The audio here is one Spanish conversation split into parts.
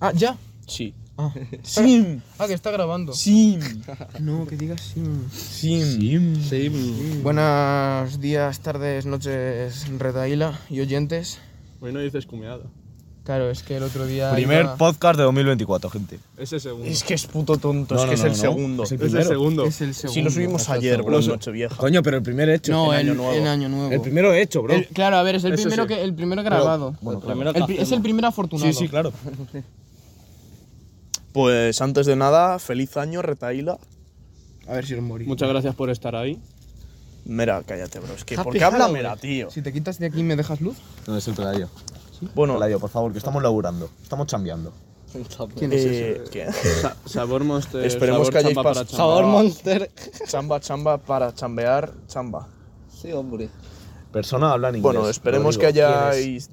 Ah, ¿ya? Sí. Ah. Sim. Ah, que está grabando. Sim. No, que digas sim. Sim. Buenos días, tardes, noches, Redaila y oyentes. Hoy no dices cumeada. Claro, es que el otro día. Primer iba- podcast de 2024, gente. Ese segundo. Es que es puto tonto, No, es no, que es no, el no. segundo. Es el es el segundo. Es el segundo. Si lo subimos ayer, bro, noche vieja. Coño, pero el primer hecho. No, el el, año nuevo. el año nuevo. El primero hecho, bro. El- claro, a ver, es el Ese primero sí. que el primero grabado. Bueno, claro. Primero El pri- es el primer afortunado. Sí, sí, claro. Pues antes de nada, feliz año, Retaila. A ver si lo morí. Muchas gracias por estar ahí. Mera, cállate, bro. Es que, ¿por Happy qué habla Halloween. Mera, tío? Si te quitas de aquí, ¿me dejas luz? No, es el pelayo. Bueno, Pelayo, por favor, que estamos laburando. Estamos chambeando. ¿Quién es ese? eh, ¿qué? Sa- sabor Monster. Esperemos sabor que hayáis chamba para pas- chamba. Sabor Monster. chamba, chamba, para chambear, chamba. Sí, hombre. Persona habla en inglés. Bueno, esperemos que Rodrigo, ¿quién hayáis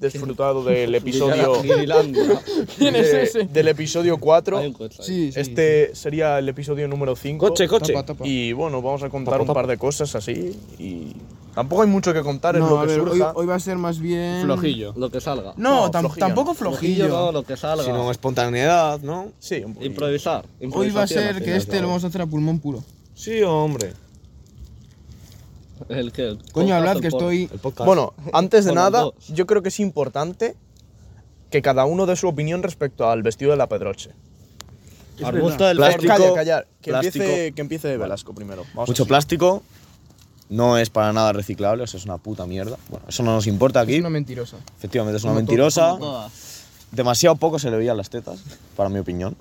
disfrutado del episodio. ¿Quién es de- ese? Del episodio 4. Sí, sí. Este sería el episodio número 5. Coche, coche. Tapa, tapa. Y bueno, vamos a contar un par de cosas así. Y tampoco hay mucho que contar, es No, lo a que ver, hoy, surja. hoy va a ser más bien. Flojillo. Lo que salga. No, No, tam- flojillo tampoco no. flojillo. no, lo que salga. es? Sino espontaneidad, ¿no? Sí, un poquillo. Improvisar. Hoy va a improvisación, ser al que final, este lo vamos a hacer a pulmón puro. Sí, hombre. ¿no? El que. el Coño, podcast, hablad que el pod- estoy. El podcast. Bueno, antes de Con los nada, dos. yo creo que es importante que cada uno dé su opinión respecto al vestido de la Pedroche. arbusto del Calla, calla. Que plástico. empiece, que empiece Velasco primero. Vamos Mucho así. plástico. No es para nada reciclable, o sea, es una puta mierda. Bueno, eso no nos importa aquí. Es una mentirosa. Efectivamente, es una Como todo, mentirosa. Todas. Demasiado poco se le veían las tetas, para mi opinión.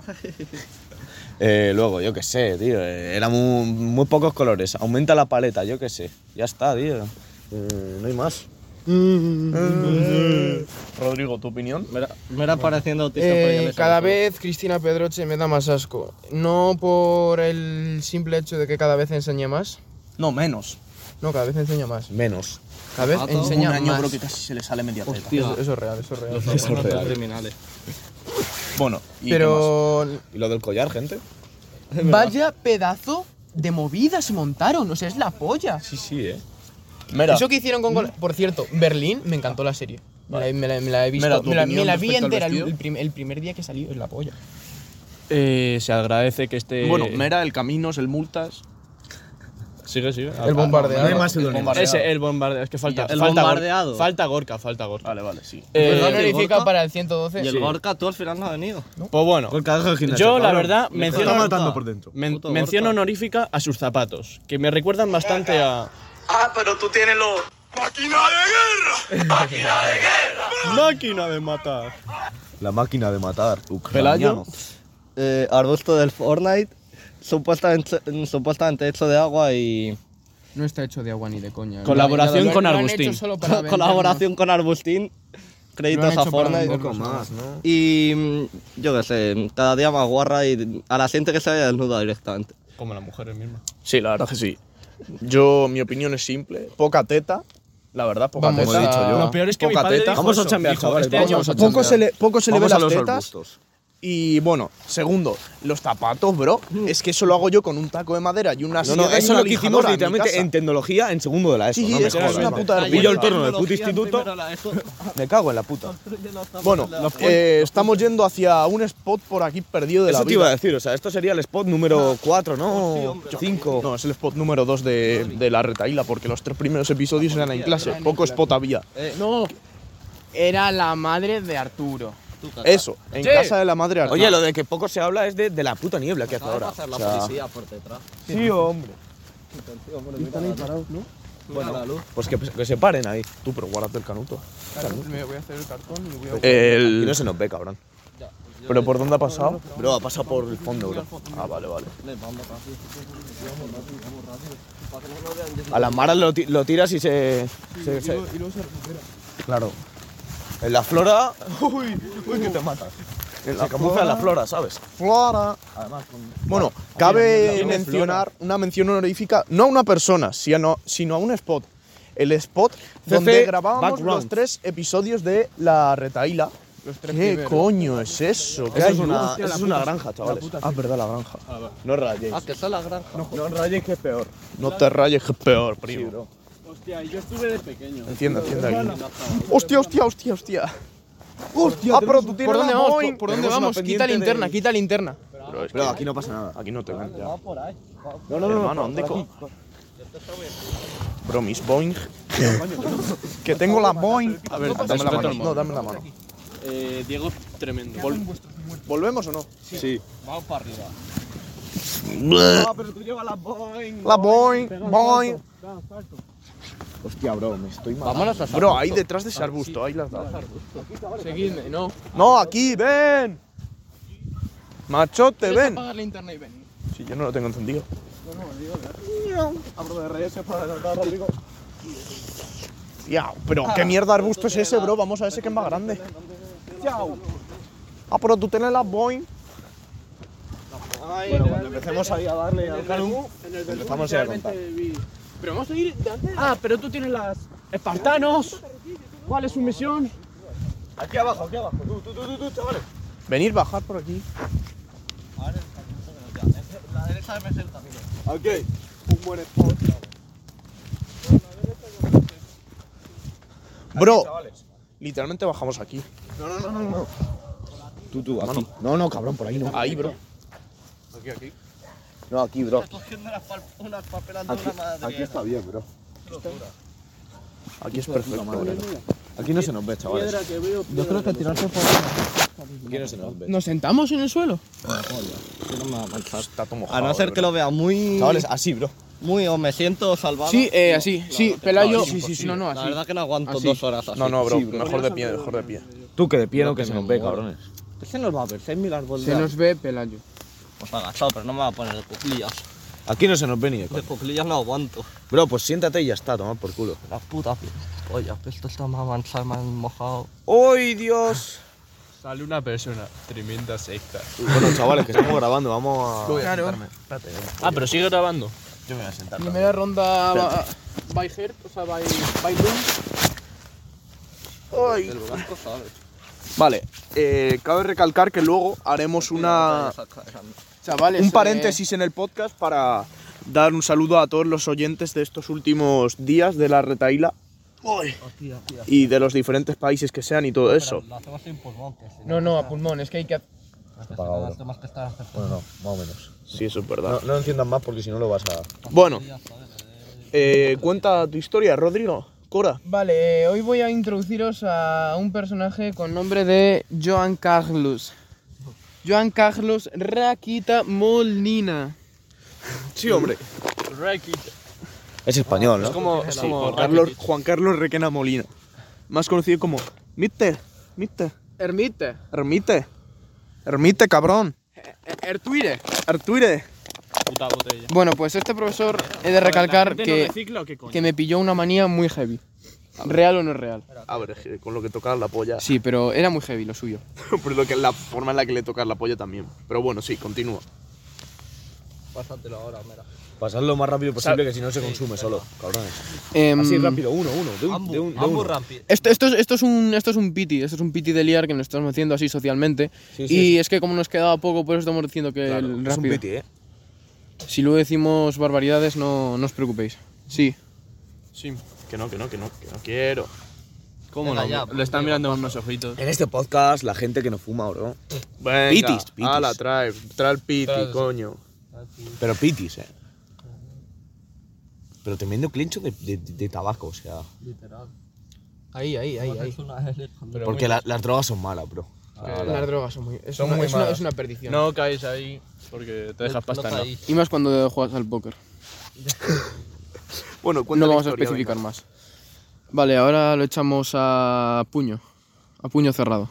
Eh, luego, yo qué sé, tío. eh, Era muy, muy pocos colores. Aumenta la paleta, yo qué sé. Ya está, tío. Eh, no hay más. Rodrigo, ¿tu opinión? Me era, me era pareciendo autista. pero Eh, ya me sale Cada solo. vez Cristina Pedroche me da más asco. No por el simple hecho de que cada vez enseña más. No, menos. No, cada vez enseña más. Menos. Cada vez Zapato, enseña un año más. creo que casi se le sale media teta. Hostia. Eso, eso es real, eso es real. Los sabores son eh. criminales. Bueno, ¿y Pero ¿Y lo del collar, gente? Vaya pedazo de movida se montaron. O sea, es la polla. Sí, sí, eh. Mira. Eso que hicieron con Gol- Por cierto, Berlín me encantó la serie. Me la, me la- me la he visto. Mira, tu me la, me opinión la vi respecto al entera el, vestido. el prim- el primer día que salió. Es la polla. Eh, se agradece que este Eh, esté. el Caminos, el Multas. Sigue, sigue. El bombardeado. No hay más pseudónimos. Ese, el bombardeado. Es que falta. El falta Gor- bombardeado. Falta Gorka, falta Gorka. Vale, vale, sí. Eh, ¿Verdad ¿y el verifica Gorka? para el 112? Y el Sí. Gorka, tú al final no has venido. Pues bueno. Yo, la verdad, menciono, está matando por dentro. men- Puto mención Gorka. honorífica a sus zapatos, que me recuerdan bastante a. Ah, pero tú tienes lo. ¡Máquina de guerra! ¡Máquina de guerra! ¡Máquina de matar! La máquina de matar. Pelayo. Ucraniano. Eh, arbusto del Fortnite. Supuestamente, supuestamente hecho de agua y No está hecho de agua ni de coña. Colaboración Lo han- con lo han Arbustín. hecho solo para vendernos. colaboración con Arbustín. Lo Créditos han a hecho para Fortnite. vendernos. ¿no? Y mm, yo qué sé, cada día más guarra y a la gente que se vaya desnuda directamente. Como las mujeres mismas. Sí, la verdad que sí. Yo, mi opinión es simple. Poca teta. La verdad, poca Vamos, teta. he dicho yo. Lo peor es que mi Poca padre teta. dijo Vamos a eso, chambear, dijo, chavales, este vamos año a chambear. Poco se le, poco se le ve Vamos a las los tetas. arbustos. Y bueno, segundo, los zapatos, bro. Es que eso lo hago yo con un taco de madera y una Mm. No, silla no, y eso una lo que hicimos lijadora en mi literalmente casa. en tecnología en segundo de la ESO. Sí, no sí, me es que es jodas, una ¿no? puta vergüenza. Y yo el turno del puto instituto, me cago en la puta. Bueno, eh, estamos yendo hacia un spot por aquí perdido de la Eso te vida. Ah. iba a decir, Oh, o sea, esto sería el spot número 4, ¿no? 5. No, es el spot número 2 de, de la retaíla, porque los tres primeros episodios eran en clase. Poco spot había. Eh, No. Era la madre de Arturo. Eso, en Che. casa de la madre Arturo. Oye, lo de que poco se habla es de, de la puta niebla que hace ahora. hacer la O sea, policía por detrás. sí, hombre. Bueno, pues que, que se paren ahí. Tú, pero guárdate el canuto. Pues Me voy a hacer el cartón y voy a... Aquí no se nos ve, cabrón. ¿Pero por dónde ha pasado? Bro, ha pasado por el fondo, bro. Ah, vale, vale. A las maras lo, ti- lo tiras y se... se- se- Claro. En la flora... Uy, uy, que te matas. Se camufla en la flora, ¿sabes? Flora. Bueno, cabe mencionar una mención honorífica, no a una persona, sino, sino a un spot. El spot donde grabábamos los Background. tres episodios de La Retaíla. ¿Qué coño es eso? ¿Qué Eso es hay? una, eso es una granja, chavales. Ah, es verdad, la granja. No rayéis. Ah, No rayéis que es peor. No te rayes, que es peor, primo. bro. Hostia, yo estuve de pequeño. Enciende, enciende aquí. Hostia, hostia, hostia, hostia. Hostia, Ah, pero tú tienes ¿Por dónde la vamos? Boeing. ¿Por, por dónde Tenemos una vamos? Quita pendiente de- linterna, quita linterna. Bro, aquí no pasa nada. Aquí no te ven ya. No, no, Hermano, ¿dónde co- Bro, mis Boeing. que tengo la Boeing. A ver, pues, dame la mano. No, dame la mano. Eh, Diego, tremendo. ¿Volvemos o no? Sí. Vamos para arriba. La Boeing, Boeing. Hostia, bro, me estoy mal. Vámonos a Bro, ahí detrás de ese arbusto, ahí las das. Seguidme, no. No, aquí, ven. Machote, ven. Apagar la linterna y ven. Si yo no lo tengo encendido. Ya, pero qué mierda arbusto es ese, bro. Vamos a ver ese que es más grande. Ah, pero tú tienes la Boeing. Empecemos ahí a darle al calum. Empezamos ahí a contar. Pero vamos a ir de antes. Ah, pero tú tienes las. ¡Espartanos! ¿Cuál es su misión? Aquí abajo, aquí abajo. Tú, tú, tú, tú, chavales. Venir, bajar por aquí. Ok. Bro, literalmente bajamos aquí. Tú, tú, aquí. No, no, cabrón, por ahí no. Ahí, bro. No, aquí, bro. Aquí, aquí está bien, bro. Aquí es perfecto. bro. Aquí no se nos ve, chavales. Yo creo que tirarse por. Aquí no se nos ve. ¿Nos sentamos en el suelo? Está todo mojado, A no ser bro. que lo vea muy. Chavales, así, bro. Muy o me siento salvado. Sí, eh, así, sí, Pelayo. Sí, sí, sí, no, no, La así. verdad que no aguanto dos horas así. No, no, bro. Mejor de pie, mejor de pie. Tú que de pie no que se nos ve, cabrones. Ese nos va a ver, 6.000 árboles. Se nos ve Pelayo. Pues agachado, pero no me va a poner de cuclillas. Aquí no se nos ve ni de De coña. cuclillas no aguanto. Bro, pues siéntate y ya está, tomad por culo. La puta Oye, esto está más avanzado, más mojado. ¡Uy, Dios! Sale una persona. Tremenda secta. Bueno, chavales, que estamos grabando, vamos a. Claro. Ah, pero sigue grabando. Yo me voy a sentar. Primera ronda va- by Heart, o sea, by, by Boom. Vale, eh, cabe recalcar que luego haremos una, Chavales. un eh, paréntesis en el podcast para dar un saludo a todos los oyentes de estos últimos días de la retaíla y de los diferentes países que sean y todo eso. Lo hacemos sin pulmón, que si No, no, a pulmón, es que hay que. más que estar Bueno, no, más o menos. Sí, eso es verdad. No, no enciendas más porque si no lo vas a. Bueno, eh, cuenta tu historia, Rodrigo. Cora. Vale, eh, hoy voy a introduciros a un personaje con nombre de Joan Carlos. Joan Carlos Raquita Molina. Sí, hombre. Es español, ¿no? Como, es como Carlos- Juan Carlos Requena Molina. Más conocido como Mister, Mister, Ermite. Ermite. Ermite, cabrón. Ertuire. Artuire. Puta botella. Bueno, pues este profesor he de recalcar que, que me pilló una manía muy heavy. ¿Real o no real? A ver, eh, con lo que tocas la polla. Sí, pero era muy heavy lo suyo. Por lo que la forma en la que le tocas la polla también. Pero bueno, sí, continúa. Pasadlo lo más rápido posible que si no se consume solo, cabrones. Em, Así rápido, uno, uno. De un, de un, de uno. Esto, esto, es, esto, es un, esto es un piti, esto es un piti de liar que nos estamos haciendo así socialmente. Sí, y sí. es que como nos quedaba poco, pues estamos diciendo que Claro, el es un rápido. piti, ¿eh? Si luego decimos barbaridades, no, no os preocupéis. Sí. Sí. Que no, que no, que no, que no quiero. ¿Cómo no? Lo están mirando con unos ojitos. En este podcast, la gente que no fuma, bro. Venga, Pitis, pitis. Ala, trae, trae el piti, coño. Pero pitis, ¿eh? Pero tremendo clincho de, de, de tabaco, o sea. Ahí, ahí, ahí, ahí. porque la- las drogas son malas, bro. Las drogas son muy. Es, Son una, muy es, una, malas. es una perdición. No caes ahí porque te dejas pasta, ¿no? Y más cuando juegas al póker. bueno, cuenta No la vamos a historia, especificar venga. más. Vale, ahora lo echamos a puño. A puño cerrado.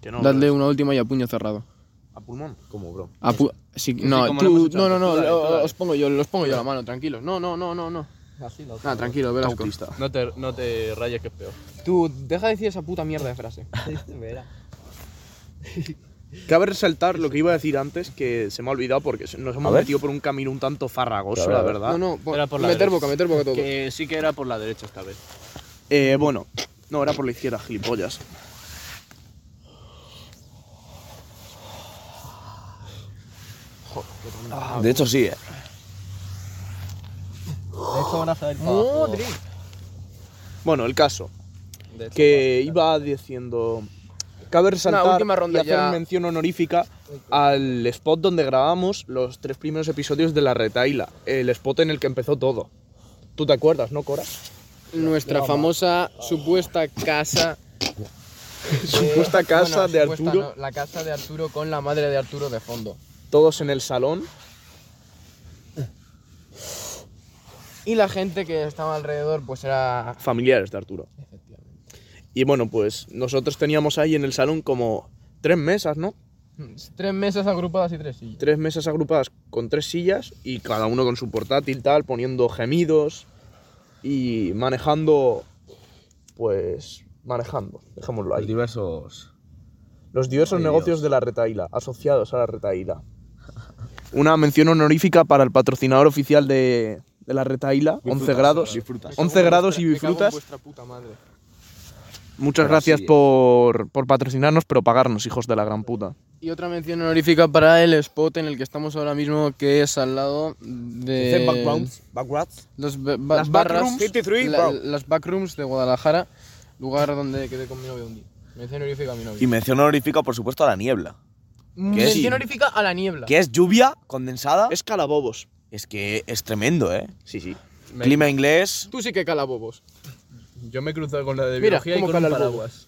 Que no, pues. Dadle una última y a puño cerrado. ¿A pulmón? ¿Cómo, bro? A pu- sí, Sí, no, como lo hemos tú, hecho no, no, antes. no, Tú dale, tú lo- dale. os pongo yo, los pongo yo la mano, tranquilos. No, no, no, no, no. Ah, tranquilo, Velasco. No te, no te rayes, que es peor. Tú, deja de decir esa puta mierda de frase. Cabe resaltar lo que iba a decir antes, que se me ha olvidado porque nos A hemos ver. metido por un camino un tanto farragoso, A ver, a la ver. verdad. No, no, po- Era por la meter derecha. boca, meter boca todo. Que sí que era por la derecha esta vez. Eh, bueno, no, era por la izquierda, gilipollas. Ah, De hecho, sí, eh. De hecho, van a saber Bueno, el caso. Que iba diciendo. Cabe resaltar última ronda y hacer ya. mención honorífica al spot donde grabamos los tres primeros episodios de La Retaila. El spot en el que empezó todo. ¿Tú te acuerdas, no, Cora? Eh, Nuestra famosa supuesta casa. eh, Supuesta casa de supuesta, Arturo. no, la casa de Arturo con la madre de Arturo de fondo. Todos en el salón. Y la gente que estaba alrededor, pues era. familiares de Arturo. Y bueno, pues nosotros teníamos ahí en el salón como tres mesas, ¿no? Tres mesas agrupadas y tres sillas. Tres mesas agrupadas con tres sillas y cada uno con su portátil tal, poniendo gemidos y manejando, pues, manejando, dejémoslo ahí. Diversos. Los diversos negocios de la retaila, asociados a la retaila. Una mención honorífica para el patrocinador oficial de, de la retaila, 11 grados. Disfrutas. 11 grados y bifrutas. Muchas gracias por, por patrocinarnos, pero pagarnos, hijos de la gran puta. Y otra mención honorífica para el spot en el que estamos ahora mismo, que es al lado de. Eh, Backgrounds. los ba- ba- Las barras, backrooms. 53, la- bro. las backrooms de Guadalajara, lugar donde quedé con mi novio un día. Mención honorífica a mi novio. Y mención honorífica, por supuesto, a la niebla. Mm, que sí. mención honorífica a la niebla. Que es lluvia condensada. Es, Es calabobos. que es tremendo, ¿eh? Sí, sí. Clima inglés. Tú sí que calabobos. Yo me he cruzado con la de Mira, biología y cómo con un cala el bobo. paraguas.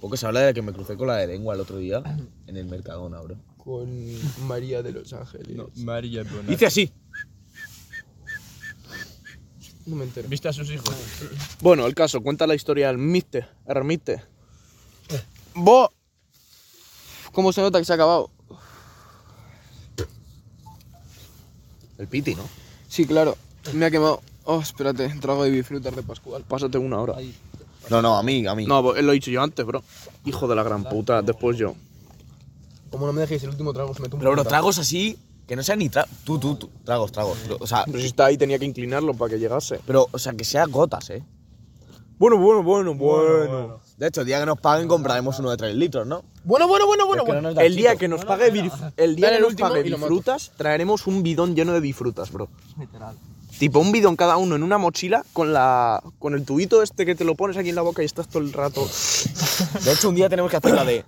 Poco se habla de que me crucé con la de lengua el otro día en el Mercadona, bro. Con María de los Ángeles. No, María Bonat. Dice así. me entero. ¿Viste a sus hijos? Bueno, el caso, cuenta la historia del Miste, Hermite. Bo. ¿Cómo se nota que se ha acabado? El piti, ¿no? Sí, claro. Me ha quemado. Oh, espérate, trago de bifrutas de Pascual. Pásate una hora. No, no, a mí, a mí. No, bo- lo he dicho yo antes, bro. Hijo de la gran puta, después yo. Como no me dejéis el último trago, se me tumba. Pero, bro, tragos así que no sean ni tragos. Tú, tú, tú. Tragos, tragos. bro. O sea, Pero si está ahí tenía que inclinarlo para que llegase. pero, o sea, que sea gotas, ¿eh? Bueno, bueno, bueno, bueno. De hecho, el día que nos paguen compraremos uno de 3 litros, ¿no? Bueno, bueno, bueno, bueno. Es que no nos da el día chico. que nos pague, bif- el día Dale que el nos último pague y lo mato. bifrutas, traeremos un bidón lleno de bifrutas, bro. Tipo un bidón cada uno en una mochila con la con el tubito este que te lo pones aquí en la boca y estás todo el rato. De hecho, un día tenemos que hacer la de.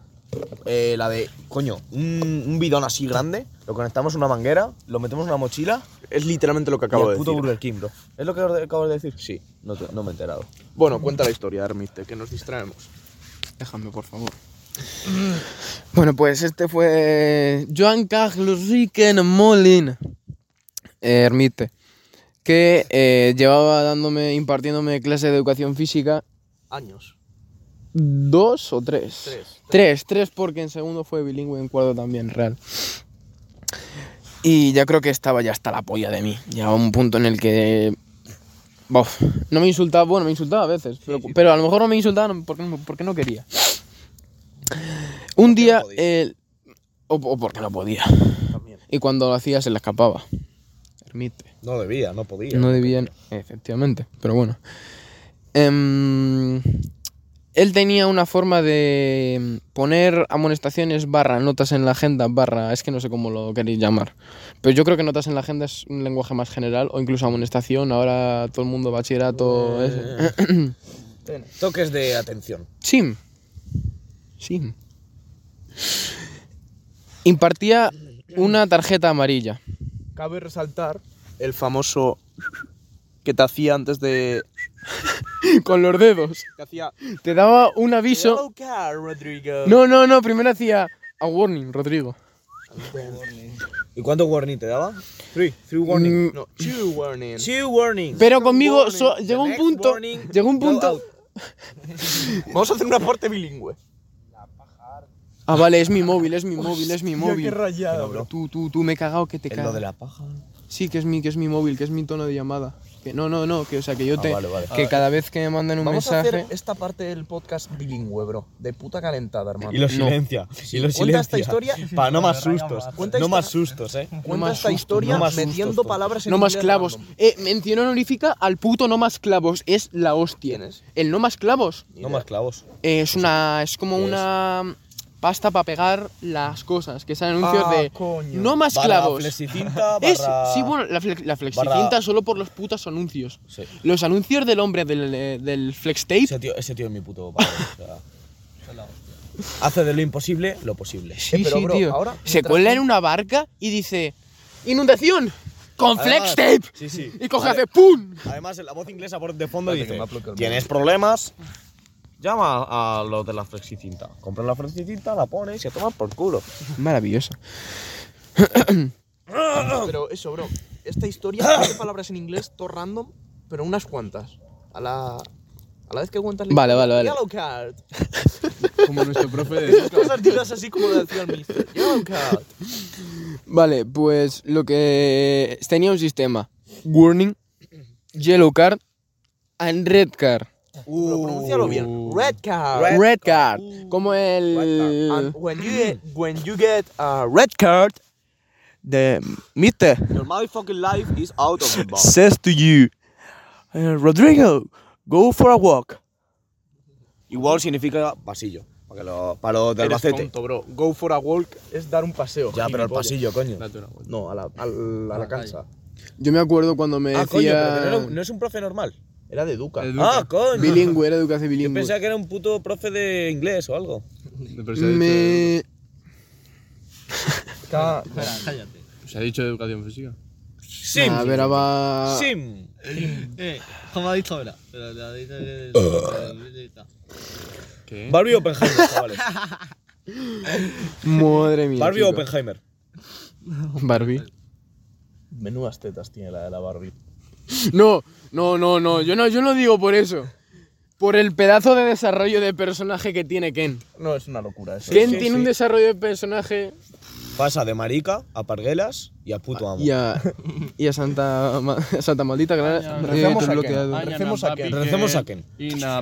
eh, la de. Coño, un, un bidón así grande, lo conectamos a una manguera, lo metemos en una mochila Es literalmente lo que acabo y de el puto decir. Burger King, bro. ¿Es lo que os de- acabas de decir? Sí. No, te- no me he enterado. Bueno, cuenta la historia, Hermite, que nos distraemos. Déjame, por favor. Bueno, pues este fue Joan Carlos Riquen Molin, eh, ermite, que eh, llevaba dándome, impartiéndome clase de educación física Años. dos o tres. Tres. Tres, tres, porque en segundo fue bilingüe, en cuarto también, real. Y ya creo que estaba ya hasta la polla de mí. Ya a un punto en el que. Bof, no me insultaba, bueno, me insultaba a veces, pero, pero a lo mejor no me insultaba porque, no- porque no quería. Un día. eh, o, o porque no podía. Y cuando lo hacía se le escapaba. Permite. No debía, no podía. No debían, efectivamente, pero bueno. Em, él tenía una forma de poner amonestaciones barra notas en la agenda barra, es que no sé cómo lo queréis llamar. Pero yo creo que notas en la agenda es un lenguaje más general o incluso amonestación, ahora todo el mundo bachillerato... ese. Toques de atención. Sim. Sim. Impartía una tarjeta amarilla. Cabe resaltar el famoso que te hacía antes de. Con los dedos. Que hacía. Te daba un aviso. Yellow card, Rodrigo. No, no, no, primero hacía a warning, Rodrigo. ¿Y cuánto warning te daba? Three. Three warning. Mm. No, two warning. Two warnings. Pero conmigo so- llegó un punto. Llegó un punto. Vamos a hacer un aporte bilingüe. Ah, vale, es mi móvil, es mi móvil, es mi móvil. rayado, bro. Tú, tú, tú, me he cagado que te Es lo cago. de la paja. Sí, que es mi, que es mi móvil, que es mi tono de llamada. Que no, no, no, que o sea que yo Ah, te. vale, vale. Que cada vez que me manden un Vamos a mensaje. hacer esta parte del podcast bilingüe, bro. De puta calentada, hermano. Y lo No. silencia. Y lo Cuenta silencia. esta historia. Para no más sustos. Cuenta No esta- más sustos, eh. Cuenta me esta asusto, historia no me asusto, metiendo tonto. palabras en No más inglés clavos. random. Eh, mención honorífica al puto no más clavos. Es la hostia. ¿Quién es? El no más clavos No más clavos. eh, es una. Es como ¿qué es? una pasta para pegar las cosas. Que es anuncios Ah, de. coño. No más Barra clavos. Flexicinta, Es, barra- sí, bueno, la, fle- la flexicinta barra- solo por los putos anuncios. Sí. Los anuncios del hombre del, eh, del flex tape. Ese tío, ese tío es mi puto padre. o sea, hace de lo imposible lo posible. Sí, pero, sí, bro, tío. ahora, se mientras cuela tú- en una barca y dice: ¡Inundación! Con flex Además, tape. sí, sí. Y coge Ah. Vale. hace ¡Pum! Además, la voz inglesa por de fondo Espérate, que dice: me ha bloqueado el Tienes problemas, llama a los de la flexicinta. Compras la flexicinta, la pones y se toman por culo. Maravilloso. Pero eso, bro. Esta Ah. historia tiene palabras en inglés, todo random, pero unas cuantas. A la, a la vez que cuentas la Vale, vale, historia, vale. Yellow card. Como nuestro profe de. Cosas digas así como lo decía el mister. Yellow card. Vale, pues lo que tenía un sistema. Warning, yellow card and red card. Pero pronúncialo bien. Uh. Red Ah. card. Red, card. Como el... And when you get, when you get a red card, The mister your motherfucking life is out of the box. says to you, "Eh, Rodrigo, go for a walk. Igual significa pasillo. Para, que lo, para los de Eres Albacete. tonto, bro. Go for a walk es dar un paseo. Ya, pero al gilipollas. pasillo, coño. Date una vuelta. No, a la, al- a la casa. Yo me acuerdo cuando me Ah, coño, pero que decía... no, era un- no es un profe normal. Era de Duca. Educa. Ah, coño. bilingüe, era educación Yo bilingüe. pensaba que era un puto profe de inglés o algo. Pero se ha dicho- Me... Se ha dicho educación física. Sim. A ver, va... Sim. Eh, ¿cómo ha dicho ahora? Pero le ha dicho que- ¿Qué? Barbie Oppenheimer, chavales. Madre mía, Barbie chico. Oppenheimer. Barbie. Menudas tetas tiene la de la Barbie. No, no, no, no. Yo no, yo no digo por eso. Por el pedazo de desarrollo de personaje que tiene Ken. No, es una locura eso. Ken sí, tiene un sí. desarrollo de personaje... Pasa de marica a parguelas y a puto amo. Y a, y a Santa, Ma- a Santa Maldita Clara. eh, Recemos todo a Ken. bloqueado. Ay, Recemos a Ken. Recemos a Ken.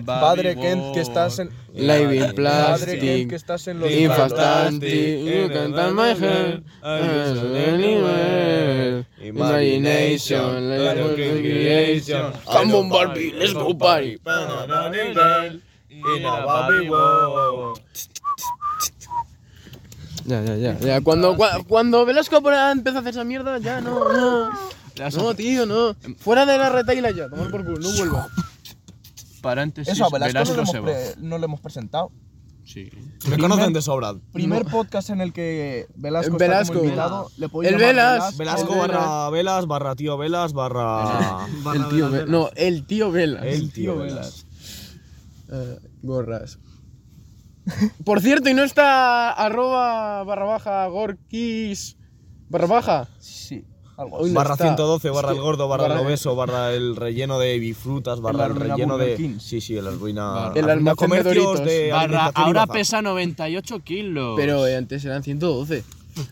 Padre Kent, que estás en. Live in Padre Kent, que plastic. estás en los. Infantanti, you can tell my heart, as anywhere. Imagination, like what we creation. Come on, Barbie, let's go party. Ya, ya, ya. ya. Cuando, cua- cuando Velasco por- empezó a hacer esa mierda, ya no, no. No, tío, no. Fuera de la retaila ya, tomar por culo, no vuelvo. Paréntesis, Eso, a Velasco Velasco no le, hemos se va. pre- no le hemos presentado. Sí. Me conocen de sobra. Primer podcast en el que Velasco, Velasco. está como invitado. Le podéis El llamar Velas. Velasco Velas. barra velas, barra tío velas, barra. El Ah, tío Ve- No, el tío Velas. El tío velas. Eh, gorras. Por cierto, y no está arroba barra baja gorkis barra baja. Sí, algo Hoy no Barra está. 112, barra el gordo, barra el barra- obeso, barra el relleno de bifrutas, barra el El arruina relleno Burger de. King. Sí, sí, el arruina. El arruina almacén de Doritos. Barra, alimentación y ahora bazar. pesa 98 kilos. Pero eh, antes eran 112.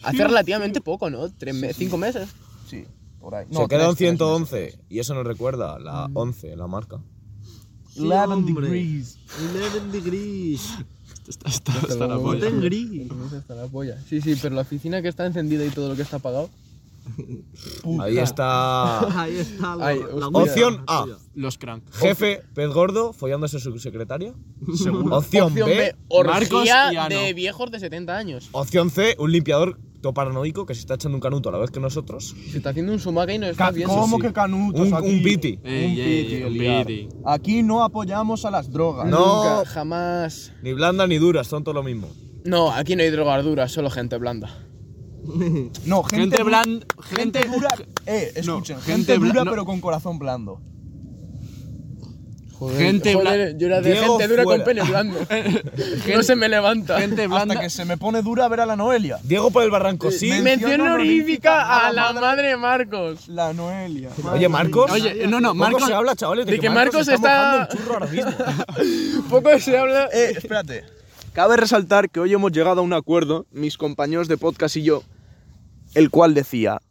Hace relativamente poco, ¿no? ¿Tres me- ¿Cinco meses? Sí, por ahí. Se queda tres, un tres, 111. Y eso nos recuerda la 11, la marca. tres. 11 degrees. 11 degrees. Está, está- está la luego. polla. Ten gris. Hasta la polla. Sí, sí, pero la oficina que está encendida y todo lo que está apagado. Ahí está. Ahí está la, Ay, la hostia. huella. Opción A. Los crank. Jefe pez gordo follándose a su secretaria. Opción B. Marcos y orgía Ano. de viejos de 70 años. Opción C. Un limpiador toparanoico que se está echando un canuto a la vez que nosotros. Se está haciendo un sumaca y no está Ca- viendo. ¿Cómo sí. que canutos? Un, aquí? un piti. Ey, Un ey, piti, un liar. piti. Aquí no apoyamos a las drogas. No. Nunca, jamás. Ni blanda ni dura, son todo lo mismo. No, aquí no hay drogas duras, solo gente blanda. No, Gente, gente, blan- bland. gente dura. Eh, escuchen, gente gente, bla- dura no. pero con corazón blando. Joder, Gente joder, blan- yo era de Diego gente dura fuera. con pene blando. no se me levanta. Gente blanda. Hasta que se me pone dura ver a la Noelia. Diego por el barranco, sí. Mención honorífica a la madre de Marcos. La Noelia. Oye, Marcos. Oye, no, no, Poco Marcos- se habla, chavales, de que Marcos está- mojando el churro ahora mismo. Poco se habla. Eh, espérate. Cabe resaltar que hoy hemos llegado a un acuerdo, mis compañeros de podcast y yo, el cual decía: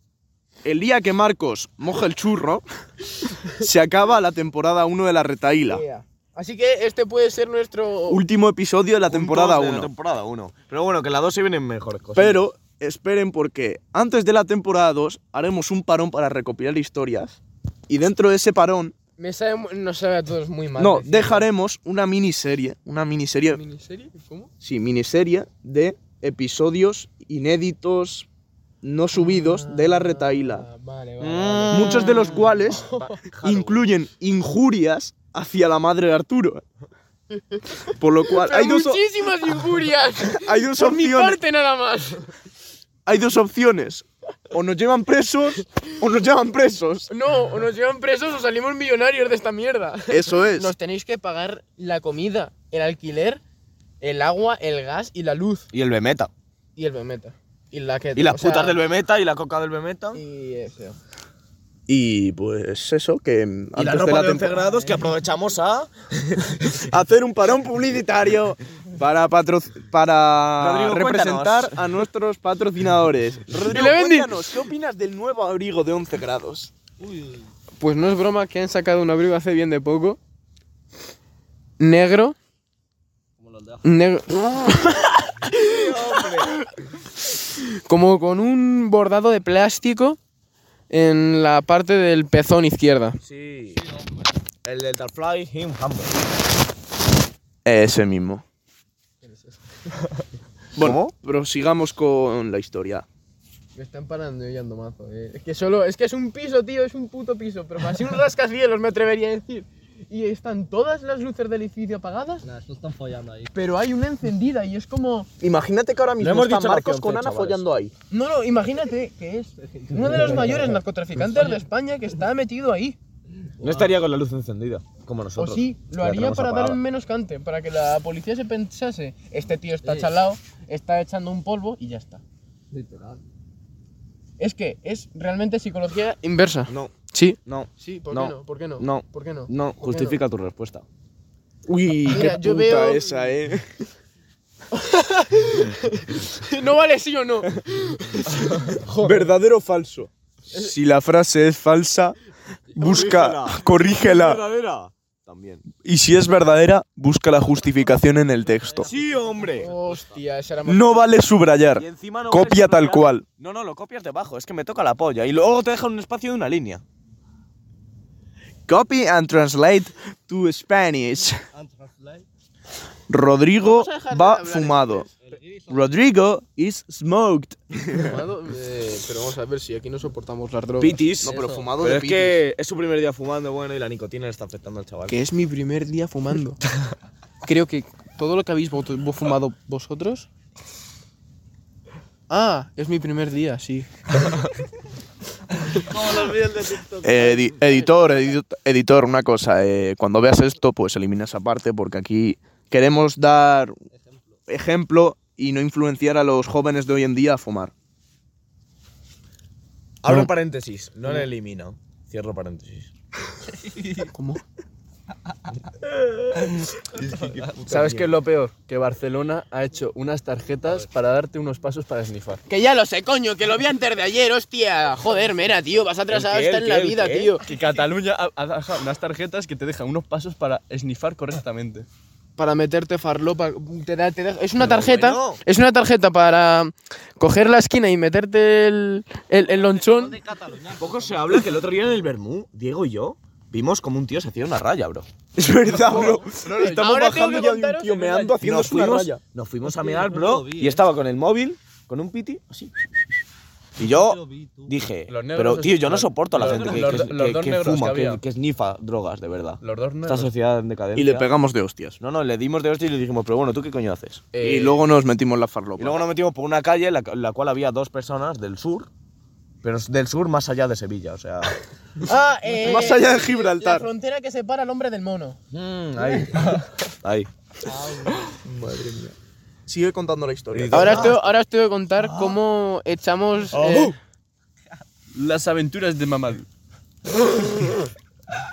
el día que Marcos moja el churro, se acaba la temporada 1 de la retaíla. Así que este puede ser nuestro. Último episodio de la temporada dos de la 1. temporada 1. Pero bueno, que la 2 se vienen mejores cosas. Pero esperen porque antes de la temporada 2 haremos un parón para recopilar historias. Y dentro de ese parón, Me sabe, mu- nos sabe a todos muy mal. no, decir. dejaremos una miniserie. Una miniserie. ¿Miniserie? ¿Cómo? Sí, miniserie de episodios inéditos no subidos de la Ah, retaíla. Muchos de los cuales incluyen injurias hacia la madre de Arturo. Por lo cual, hay dos, o- muchísimas injurias. Hay dos Por mi opciones. parte nada más. hay dos opciones. O nos llevan presos o nos llevan presos. No, o nos llevan presos o salimos millonarios de esta mierda. Eso es. Nos tenéis que pagar la comida, el alquiler, el agua, el gas y la luz. Y el Bemeta. Y el Bemeta. Y la que. Y las o sea, putas del Bemeta y la coca del Bemeta. Y eso. Y pues eso, que antes Y la ropa la de, 11 temporada- grados que aprovechamos a. hacer un parón publicitario para, patro- para Rodrigo, representar cuéntanos. a nuestros patrocinadores. Rodrigo, Eleven, di- cuéntanos, ¿qué opinas del nuevo abrigo de 11 grados? Pues no es broma que han sacado un abrigo hace bien de poco. Negro. Negro. Como con un bordado de plástico en la parte del pezón izquierda. Sí. El Delta Fly Him Humble. Ese mismo. Bueno, ¿Cómo? prosigamos con la historia. Me están parando y ando mazo. eh. Es que solo. Es que es un piso, tío, es un puto piso. Pero así un rascacielos me atrevería a decir. Y están todas las luces del edificio apagadas, Nah, estos están follando ahí. pero hay una encendida y es como. Imagínate que ahora No mismo hemos está dicho la Marcos opción, con Ana chavales. follando ahí. No, no, imagínate que es uno de los mayores narcotraficantes de España que está metido ahí. No estaría con la luz encendida, como O nosotros. sí, lo La haría tenemos para dar apagada. menos cante, para que la policía se pensase, este tío está Sí. chalado, está echando un polvo y ya está. Literal. Es que es realmente psicología Inversa. No. Sí. No. Sí, ¿por qué no? ¿Por qué no? No. ¿Por qué no? No, ¿Por qué justifica tu respuesta. Uy, Mira, qué yo puta veo- esa, eh. no vale sí o no. ¿Verdadero o falso? Si la frase es falsa, busca, corrígela. Verdadera. También. Y si es verdadera, busca la justificación en el texto. Sí, hombre. Hostia, esa era más- No vale subrayar. Y encima no Copia vale tal subrayar. cual. No, no, lo copias debajo, es que me toca la polla. Y luego te deja un espacio de una línea. Copy and translate to Spanish. Rodrigo va fumado. Rodrigo is smoked. Fumado, eh, pero vamos a ver si aquí no soportamos las drogas. Pitis. No, pero fumado Pero de es pitis. que es su primer día fumando, bueno, y la nicotina le está afectando al chaval. Que es mi primer día fumando. Creo que todo lo que habéis voto- vo- fumado vosotros. Ah, es mi primer día, sí. editor, editor, una cosa. eh, cuando veas esto, pues elimina esa parte porque aquí queremos dar ejemplo y no influenciar a los jóvenes de hoy en día a fumar. Abro No. paréntesis, no le elimino. Cierro paréntesis. ¿Cómo? ¿Sabes qué es lo peor? Que Barcelona ha hecho unas tarjetas para darte unos pasos para snifar. Que ya lo sé, coño, que lo vi antes de ayer, hostia. Joder, mira, tío, vas atrasado hasta en la vida, tío. Que Cataluña ha, ha dejado unas tarjetas que te dejan unos pasos para snifar correctamente. Para meterte farlopa. te da- te da- es una tarjeta. Es una tarjeta para coger la esquina y meterte el, el, el lonchón. Poco se habla que el otro día en el Bermú, Diego y yo, vimos como un tío se hacía una raya, bro. Es verdad, bro. Estamos Ahora tengo bajando que ya de un contaros tío el meando raya. haciendo Nos fuimos- Nos fuimos a mear, bro, y estaba con el móvil, con un piti, así. Y yo dije, negros pero tío, yo no es- soporto a la los- gente que, los- que- los que- dos que negros fuma, que que, había. que snifa drogas, de verdad. Los dos Esta negros. sociedad en decadencia. Y le pegamos de hostias. No, no, le dimos de hostias y le dijimos, pero bueno, ¿tú qué coño haces? Eh, Eh, Y luego nos metimos la farlopa. Y luego nos metimos por una calle en la, en la cual había dos personas del sur Pero es del sur más allá de Sevilla, o sea. Ah, eh, Más allá de La Gibraltar. frontera que separa al hombre del mono. Mm, ahí. ahí. Madre mía. Sigue contando la historia. Ahora os tengo, ahora os tengo que contar Ah. cómo echamos. Oh. Uh. eh, Las aventuras de Mamadou.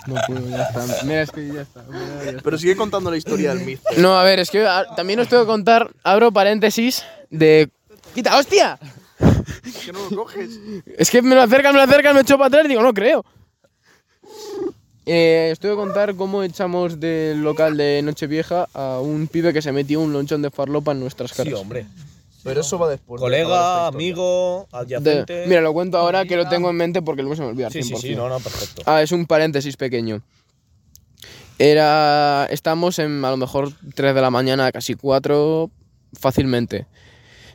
No puedo, ya está. Mira, es que ya está. Pero sigue contando la historia del mito. No, a ver, es que ah, también os tengo que contar, abro paréntesis, de. ¡Quita, hostia! que no lo coges. Es que me lo acercan, me lo acercan, me echo para atrás y digo, no creo. Eh, os tengo que contar cómo echamos del local de Nochevieja a un pibe que se metió un lonchón de farlopa en nuestras caras. Pero eso va después. Colega, amigo, De- adyacente. mira, lo cuento ahora que lo tengo en mente porque luego se me olvida. al Sí, sí, 100%. sí, no, no, perfecto. Ah, es un paréntesis pequeño. Era. Estamos en a lo mejor 3 de la mañana, casi 4, fácilmente.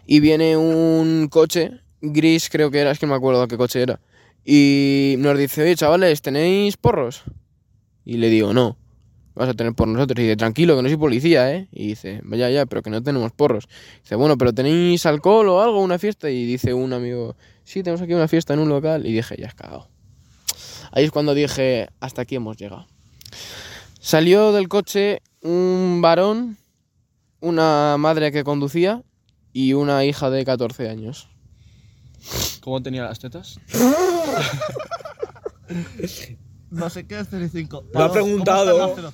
Y viene un coche, gris creo que era, es que no me acuerdo qué coche era. Y nos dice, oye, chavales, ¿tenéis porros? Y le digo, no, vas a tener por nosotros. Y dice, tranquilo, que no soy policía, ¿eh? Y dice, vaya, ya, pero que no tenemos porros. Dice, bueno, pero ¿tenéis alcohol o algo, una fiesta? Y dice un amigo, sí, tenemos aquí una fiesta en un local. Y dije, ya has cagado. Ahí es cuando dije, hasta aquí hemos llegado. Salió del coche un varón, una madre que conducía y una hija de 14 años. ¿Cómo tenía las tetas? No sé qué es 05. Lo ha preguntado ¿Cómo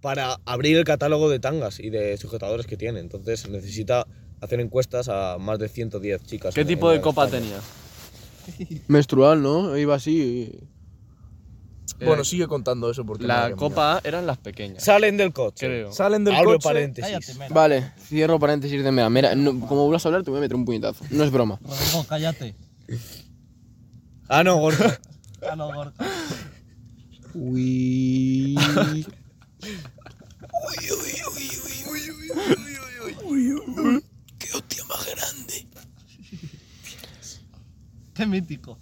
para abrir el catálogo de tangas y de sujetadores que tiene. Entonces necesita hacer encuestas a más de 110 chicas. ¿Qué en- tipo en de copa España. tenía? Menstrual, ¿no? Iba así. Bueno, sigue contando eso porque. La madre copa A eran las pequeñas. Salen del coche. Creo. Salen del Abro coche. paréntesis. Vale, cierro paréntesis de mera. Mira, no- como vuelvas a hablar, te voy a meter un puñetazo. No es broma. Rodrigo, cállate. Ah, no, Gorka. A lo Gorka. Uy. Qué mítico.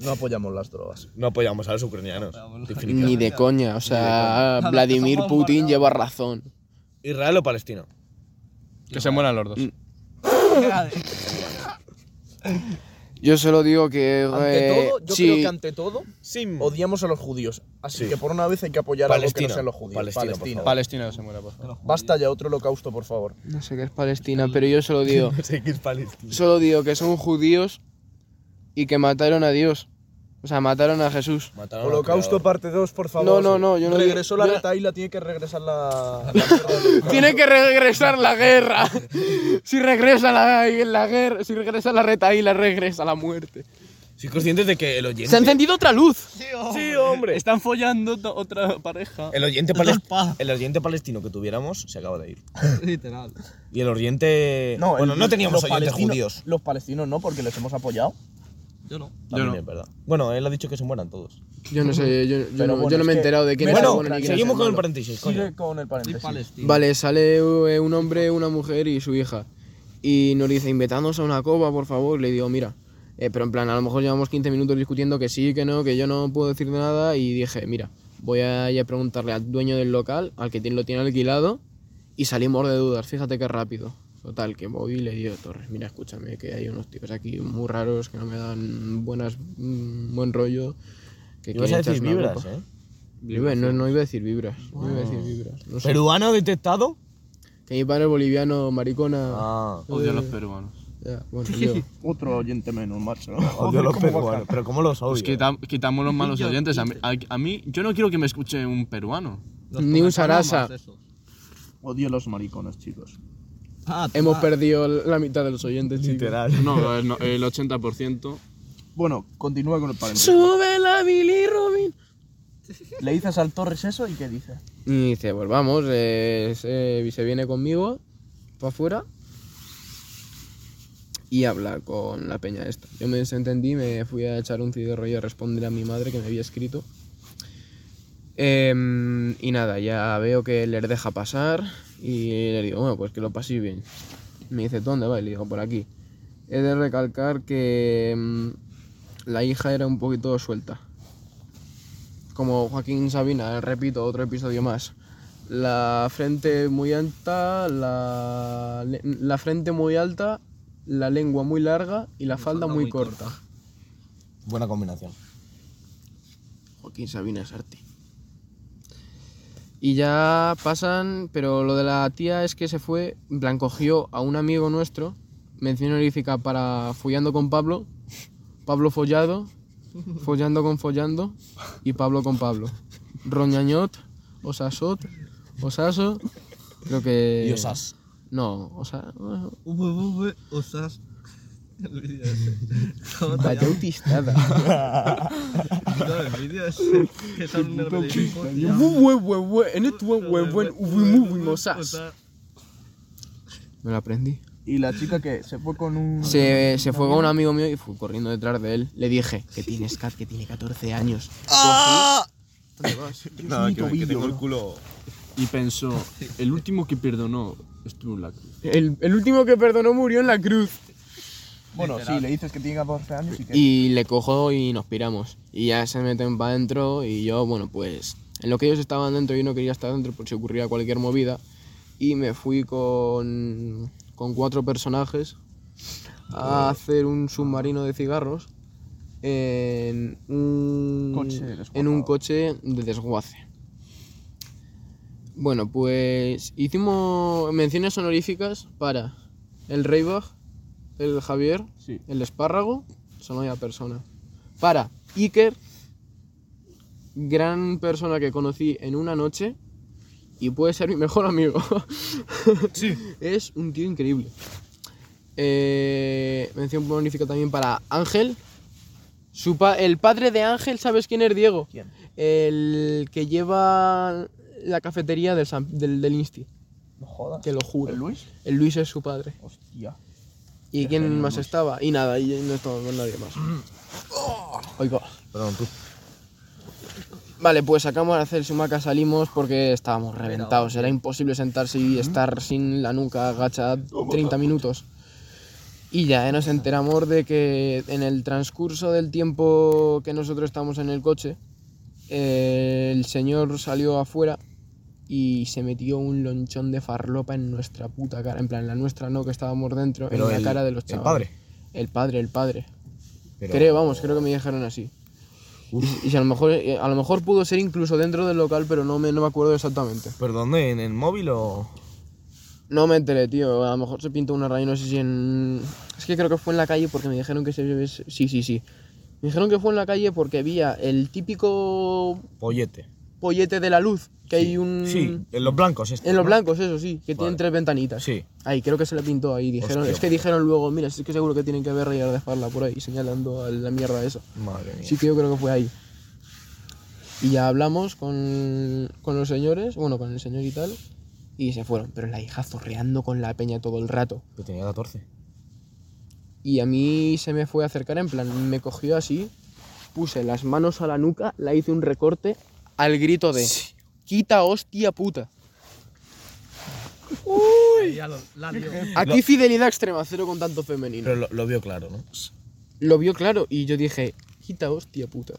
No apoyamos las drogas. No apoyamos a los ucranianos. definitivamente. Ni de coña. O sea, coña. Vladimir Putin lleva razón. ¿Israel o Palestina? Que se mueran los dos. Yo solo digo que. Ante eh, todo, yo sí. creo que ante todo Mm. odiamos a los judíos. Así Sí. que por una vez hay que apoyar a los que Palestina, no sean los judíos. Palestina, por Palestina. favor. Palestina no se muera, por favor. Basta ya, otro holocausto, por favor. No sé qué es Mm. Palestina, pero yo solo digo. es Palestina. Solo digo que son judíos y que mataron a Dios. O sea, mataron a Jesús. Holocausto parte 2, por favor. No, no, no, yo no Regresó digo- la yo- retaíla, tiene que regresar la. Tiene que regresar la guerra. Si regresa la, la guerra, si regresa la retaíla, regresa la muerte. Soy consciente de que el oyente. Se ha encendido otra luz. Sí, hombre. Están follando to- otra pareja. El oyente, pales- el oyente palestino que tuviéramos se acaba de ir. Literal. Y el oriente. bueno, el- no teníamos los oyentes palestinos- judíos. Los palestinos no, porque les hemos apoyado. Yo no. También es verdad. Bueno, él ha dicho que se mueran todos. Yo no sé, yo, yo Pero no, bueno, yo no es me he que- enterado de quién Bueno, es el bueno ni quién es el seguimos con el malo. paréntesis. coño. Sigue con el paréntesis. Vale, sale eh, un hombre, una mujer y su hija. Y nos dice, invitadnos a una copa, por favor. Le digo, mira. eh, pero en plan, a lo mejor llevamos 15 minutos discutiendo que sí, que no, que yo no puedo decir nada. Y dije, mira, voy a ir a preguntarle al dueño del local, al que tiene- lo tiene alquilado. Y salimos de dudas, fíjate qué rápido. Total, que voy y le digo, Torres, mira, escúchame, que hay unos tíos aquí muy raros que no me dan buenas, mm, buen rollo. Que Ibas quieren a decir echarse una vibras, copa". ¿eh? Vive- no, no iba a decir vibras. No iba a decir vibras. no sé. ¿Peruano detectado? Que mi padre es boliviano, maricona. Ah, Odio a los peruanos. Ya, bueno, yo. Otro oyente menos, macho. Odio a los peruanos. Pero ¿cómo los Pues odio? quita- quitamos los malos oyentes. A mí, a- a mí- yo no quiero que me escuche un peruano. Ni un Sarasa. Odio los maricones, chicos. Hemos perdido la mitad de los oyentes, chicos. No, es no- el 80%. Bueno, continúa con el paréntesis. Sube la Billy Robin. Le dices al Torres eso y ¿qué dice? Y dice, pues vamos, eh, se, se viene conmigo para afuera y habla con la peña esta. Yo me desentendí, me fui a echar un cigarro y a responder a mi madre que me había escrito. Em, y nada, ya veo que les deja pasar y le digo, bueno, pues que lo paséis bien. Me dice, "¿Tú ¿dónde va? Y le digo, por aquí. He de recalcar que em, la hija era un poquito suelta como Joaquín Sabina, repito, otro episodio más. La frente muy alta, la, le- la frente muy alta la lengua muy larga y la falda muy corta. Buena combinación. Joaquín Sabina Sarti. Y ya pasan, pero lo de la tía es que se fue, en plan, cogió a un amigo nuestro, mención honorífica para Follando con Pablo, Pablo Follado, Follando con Follando y Pablo con Pablo. Roñañot, Osasot, Osaso, creo que... Y Osas. No, Osa... Uve, osas. El vídeo ese. ¿Cómo te Vaya llamas? autistada. No, el vídeo ese. Que son un nerviosismo, tío. Me lo aprendí. Y la chica que se fue con un. Se, se fue con un amigo mío y fui corriendo detrás de él. Le dije que tienes Kat, que tiene 14 años. ¿Dónde vas? Nada, Ah, que- que tengo el culo. Y pensó, el último que perdonó estuvo en la cruz. El, el último que perdonó murió en la cruz. Bueno, sí, le dices que tiene 14 años y que. Y le cojo y nos piramos. Y ya se meten para adentro y yo, bueno, pues en lo que ellos estaban dentro yo no quería estar dentro por si ocurría cualquier movida. Y me fui con, con cuatro personajes a hacer un submarino de cigarros en un Coche en un coche de desguace. Bueno, pues hicimos menciones honoríficas para el Reibach, el Javier, el Espárrago, son una persona. Para Iker, gran persona que conocí en una noche y puede ser mi mejor amigo. es un tío increíble. Eh, mención honorífica también para Ángel. Su pa- el padre de Ángel, ¿sabes quién es Diego? El que lleva la cafetería del, San- del, del Insti. No jodas. Te lo juro. ¿El Luis? El Luis es su padre. Ya. ¿Y Qué quién genio, más Luis. estaba? Y nada, y no estaba con nadie más. Oigo. Perdón, tú. Vale, pues acabamos de hacer sumaca, salimos porque estábamos reventados. Era imposible sentarse y estar sin la nuca agacha 30 minutos. Y ya eh, nos enteramos de que en el transcurso del tiempo que nosotros estábamos en el coche, eh, el señor salió afuera y se metió un lonchón de farlopa en nuestra puta cara. En plan, en la nuestra no, que estábamos dentro, Pero en la el- cara de los el chavales. padre. El padre, el padre. Pero- Creo, vamos, creo que me dijeron así. Y, y a, lo mejor, eh, a lo mejor pudo ser incluso dentro del local, pero no me, no me acuerdo exactamente. ¿Pero dónde? ¿En el móvil o...? No me enteré, tío. A lo mejor se pintó una raya, no sé si en... Es que creo que fue en la calle porque me dijeron que se... Sí, sí, sí. Me dijeron que fue en la calle porque había el típico Pollete. pollete de la luz, que hay un... Sí, en los blancos. este, En los ¿no? blancos, eso sí, que tienen Vale. tres ventanitas. Sí. Ahí, creo que se le pintó ahí. Dijeron, Hostia, es que dijeron luego, mira, es que seguro que tienen que haber rayas de espalda por ahí, señalando a la mierda esa. Madre mía. Sí que yo creo que fue ahí. Y ya hablamos con, con los señores, bueno, con el señor y tal, y se fueron. Pero la hija zorreando con la peña todo el rato. Pero Pues tenía 14. Y a mí se me fue a acercar, en plan, me cogió así, puse las manos a la nuca, la hice un recorte al grito de quita hostia puta. Ahí ya lo- la lió. Aquí fidelidad extrema, cero con tanto femenino. Pero lo, lo vio claro, ¿no? Lo vio claro y yo dije, quita hostia puta.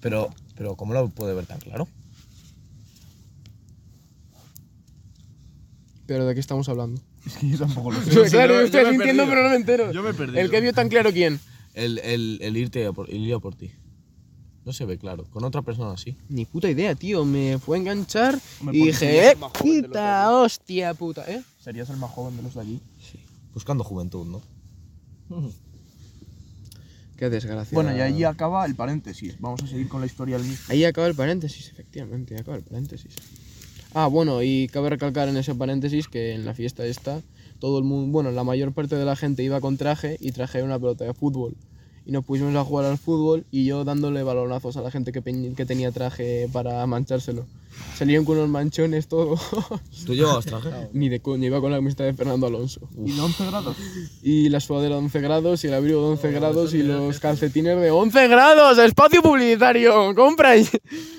Pero, pero ¿cómo lo puede ver tan claro? Pero de qué estamos hablando. Es que yo tampoco lo claro, yo, estoy sintiendo, pero no me entero. Yo me he perdido. El que vio tan claro quién. El, el, el irte a por, el ir a por ti. No se ve claro. Con otra persona así. Ni puta idea, tío. Me fue a enganchar Hombre, y porque dije, serías ¡eh! el más joven de los ¡Quita hostia puta! ¿Eh? Serías el más joven de los de allí. Buscando juventud, ¿no? Qué desgracia. Bueno, y ahí acaba el paréntesis. Vamos a seguir con la historia del mismo. Ahí acaba el paréntesis, efectivamente, acaba el paréntesis. Ah, bueno, y cabe recalcar en ese paréntesis que en la fiesta esta, todo el mundo, bueno, la mayor parte de la gente iba con traje y traje una pelota de fútbol. Y nos pusimos a jugar al fútbol y yo dándole balonazos a la gente que, peñ- que tenía traje para manchárselo. Salieron con unos manchones todo. ¿Tú llevabas traje? Ni de coña, iba con la camiseta de Fernando Alonso. ¿Y de 11 grados? Y la sudadera de 11 grados, y el abrigo de 11 grados, y los calcetines de 11 grados. Espacio publicitario, compra ahí.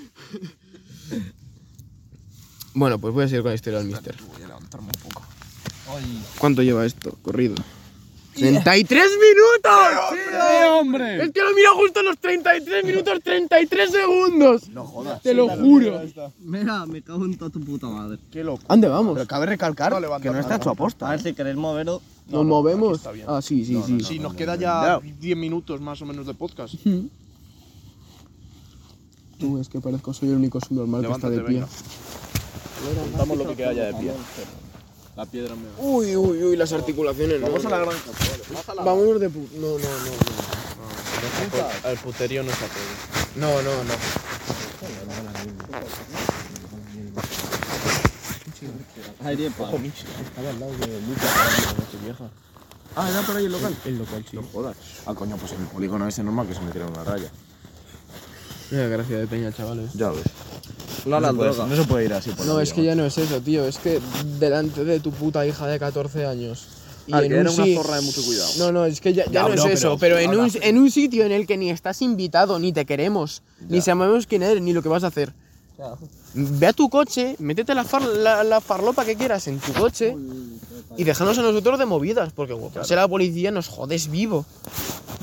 Bueno, pues voy a seguir con la historia del mister. Voy a levantarme un poco. ¿Cuánto lleva esto corrido? 33 minutos! ¡Sí, hombre! Es que lo mira justo en los 33 minutos 33 segundos. No jodas. Te lo juro. Mira, me cago en toda tu puta madre. Qué loco. ¿Dónde vamos? Pero cabe recalcar que no está hecho aposta. A ver si queréis moveros. ¿Nos movemos? Ah, sí, sí, sí. Sí, nos queda ya 10 minutos más o menos de podcast. Tú, es que parezco soy el único subnormal que está de pie. Contamos lo que queda ya de pie. La piedra me Uy, uy, uy, las articulaciones. no, Vamos a la no. granja, Vámonos de pu... No, no, no. Ah, Al puterío no se atreve. No, no, no. no. Aire pa. Estaba al lado de Lucas, la noche vieja. Ah, era por ahí el local. El local, sí. No jodas. Ah, coño, pues en el polígono ese normal que se metieron una raya. Mira, gracia de peña, chavales. Ya ves. No, se puede- no se puede ir así por No, la es vida. que ya no es eso, tío. Es que delante de tu puta hija de 14 años. Ah, que era un una si- zorra de mucho cuidado. No, no, es que ya, ya Ya, no bro, es pero- eso. Pero, en, ahora- un, en un sitio en el que ni estás invitado, ni te queremos, ni sabemos quién eres, ni lo que vas a hacer. Ve a tu coche, métete la, far- la, la farlopa que quieras en tu coche y déjanos a nosotros de movidas, porque guau, ser la policía nos jodes vivo.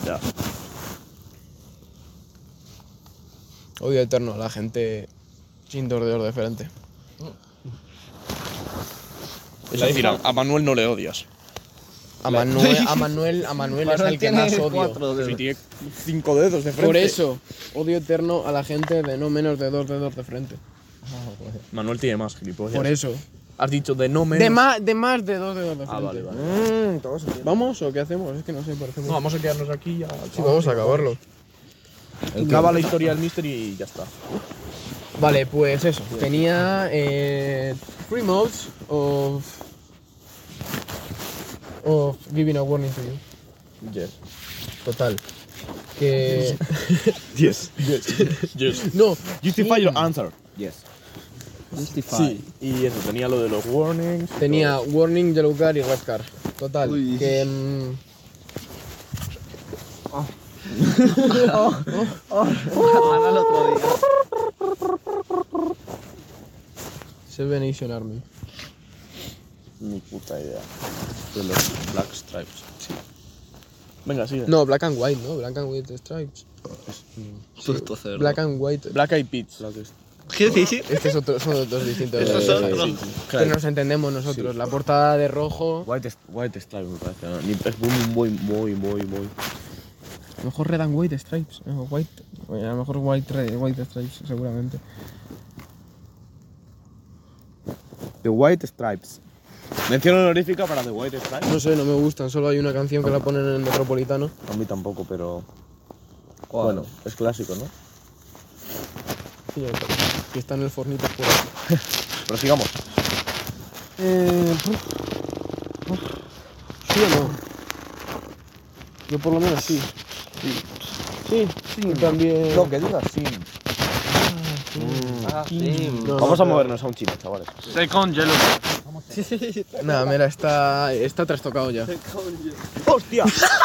Ya. Odio eterno a la gente sin tordedor de frente. Es decir, a, a Manuel no le odias. A Manuel, a Manuel, a Manuel es Manuel el que tiene más odio. cuatro dedos. Sí, tiene cinco dedos de frente. Por eso, odio eterno a la gente de no menos de dos dedos de frente. Manuel tiene más gilipollas. Por eso. Has dicho de no menos. De más, de más de dos dedos de frente. Mm, Ah, vale, vale. ¿Vamos o qué hacemos? Es que no sé, parece muy- No, vamos a quedarnos aquí ya. Sí, vamos a acabarlo. Acaba la historia del Mister y ya está. Vale, pues eso. Tenía eh, three modes of, of giving a warning to you. Yes. Total. Que... Yes. Yes. yes. No. Justify your answer. Yes. Justify. Sí. Y eso, tenía lo de los warnings. y Tenía todo. warning, yellow card y red card. Total. Que... mm, Oh. Ahora el otro día. Seven Nation Army. Ni puta idea. De los Black Stripes. Sí. Venga, sigue. No, Black and White, ¿no? Black and White Stripes. Susto cero. Black and White. Black Eyed Peas. ¿Qué dices? Estos son otros- son dos distintos. Esos son otros. Sí, sí, sí. Que nos entendemos nosotros. La portada de rojo. White, St- White Stripes me parece. ¿no? Ni- Es muy, muy, muy, muy, muy. A lo mejor Red and White Stripes. eh, White, a lo mejor White, Red- White Stripes, seguramente. The White Stripes. Mención honorífica para The White Stripes. No sé, no me gustan. Solo hay una canción que la ponen en el Metropolitano. A mí tampoco, pero. Bueno, es clásico, ¿no? Sí, ya está. Que está en el fornito oscuro. Pero sigamos. Eh, ¿Sí o no? Yo por lo menos sí. Sí. Sí, Tú también. Lo que digas, sí. Vamos a movernos a un chino, chavales. Second Yellow. Nada, mira, está, está trastocado ya. ¡Hostia!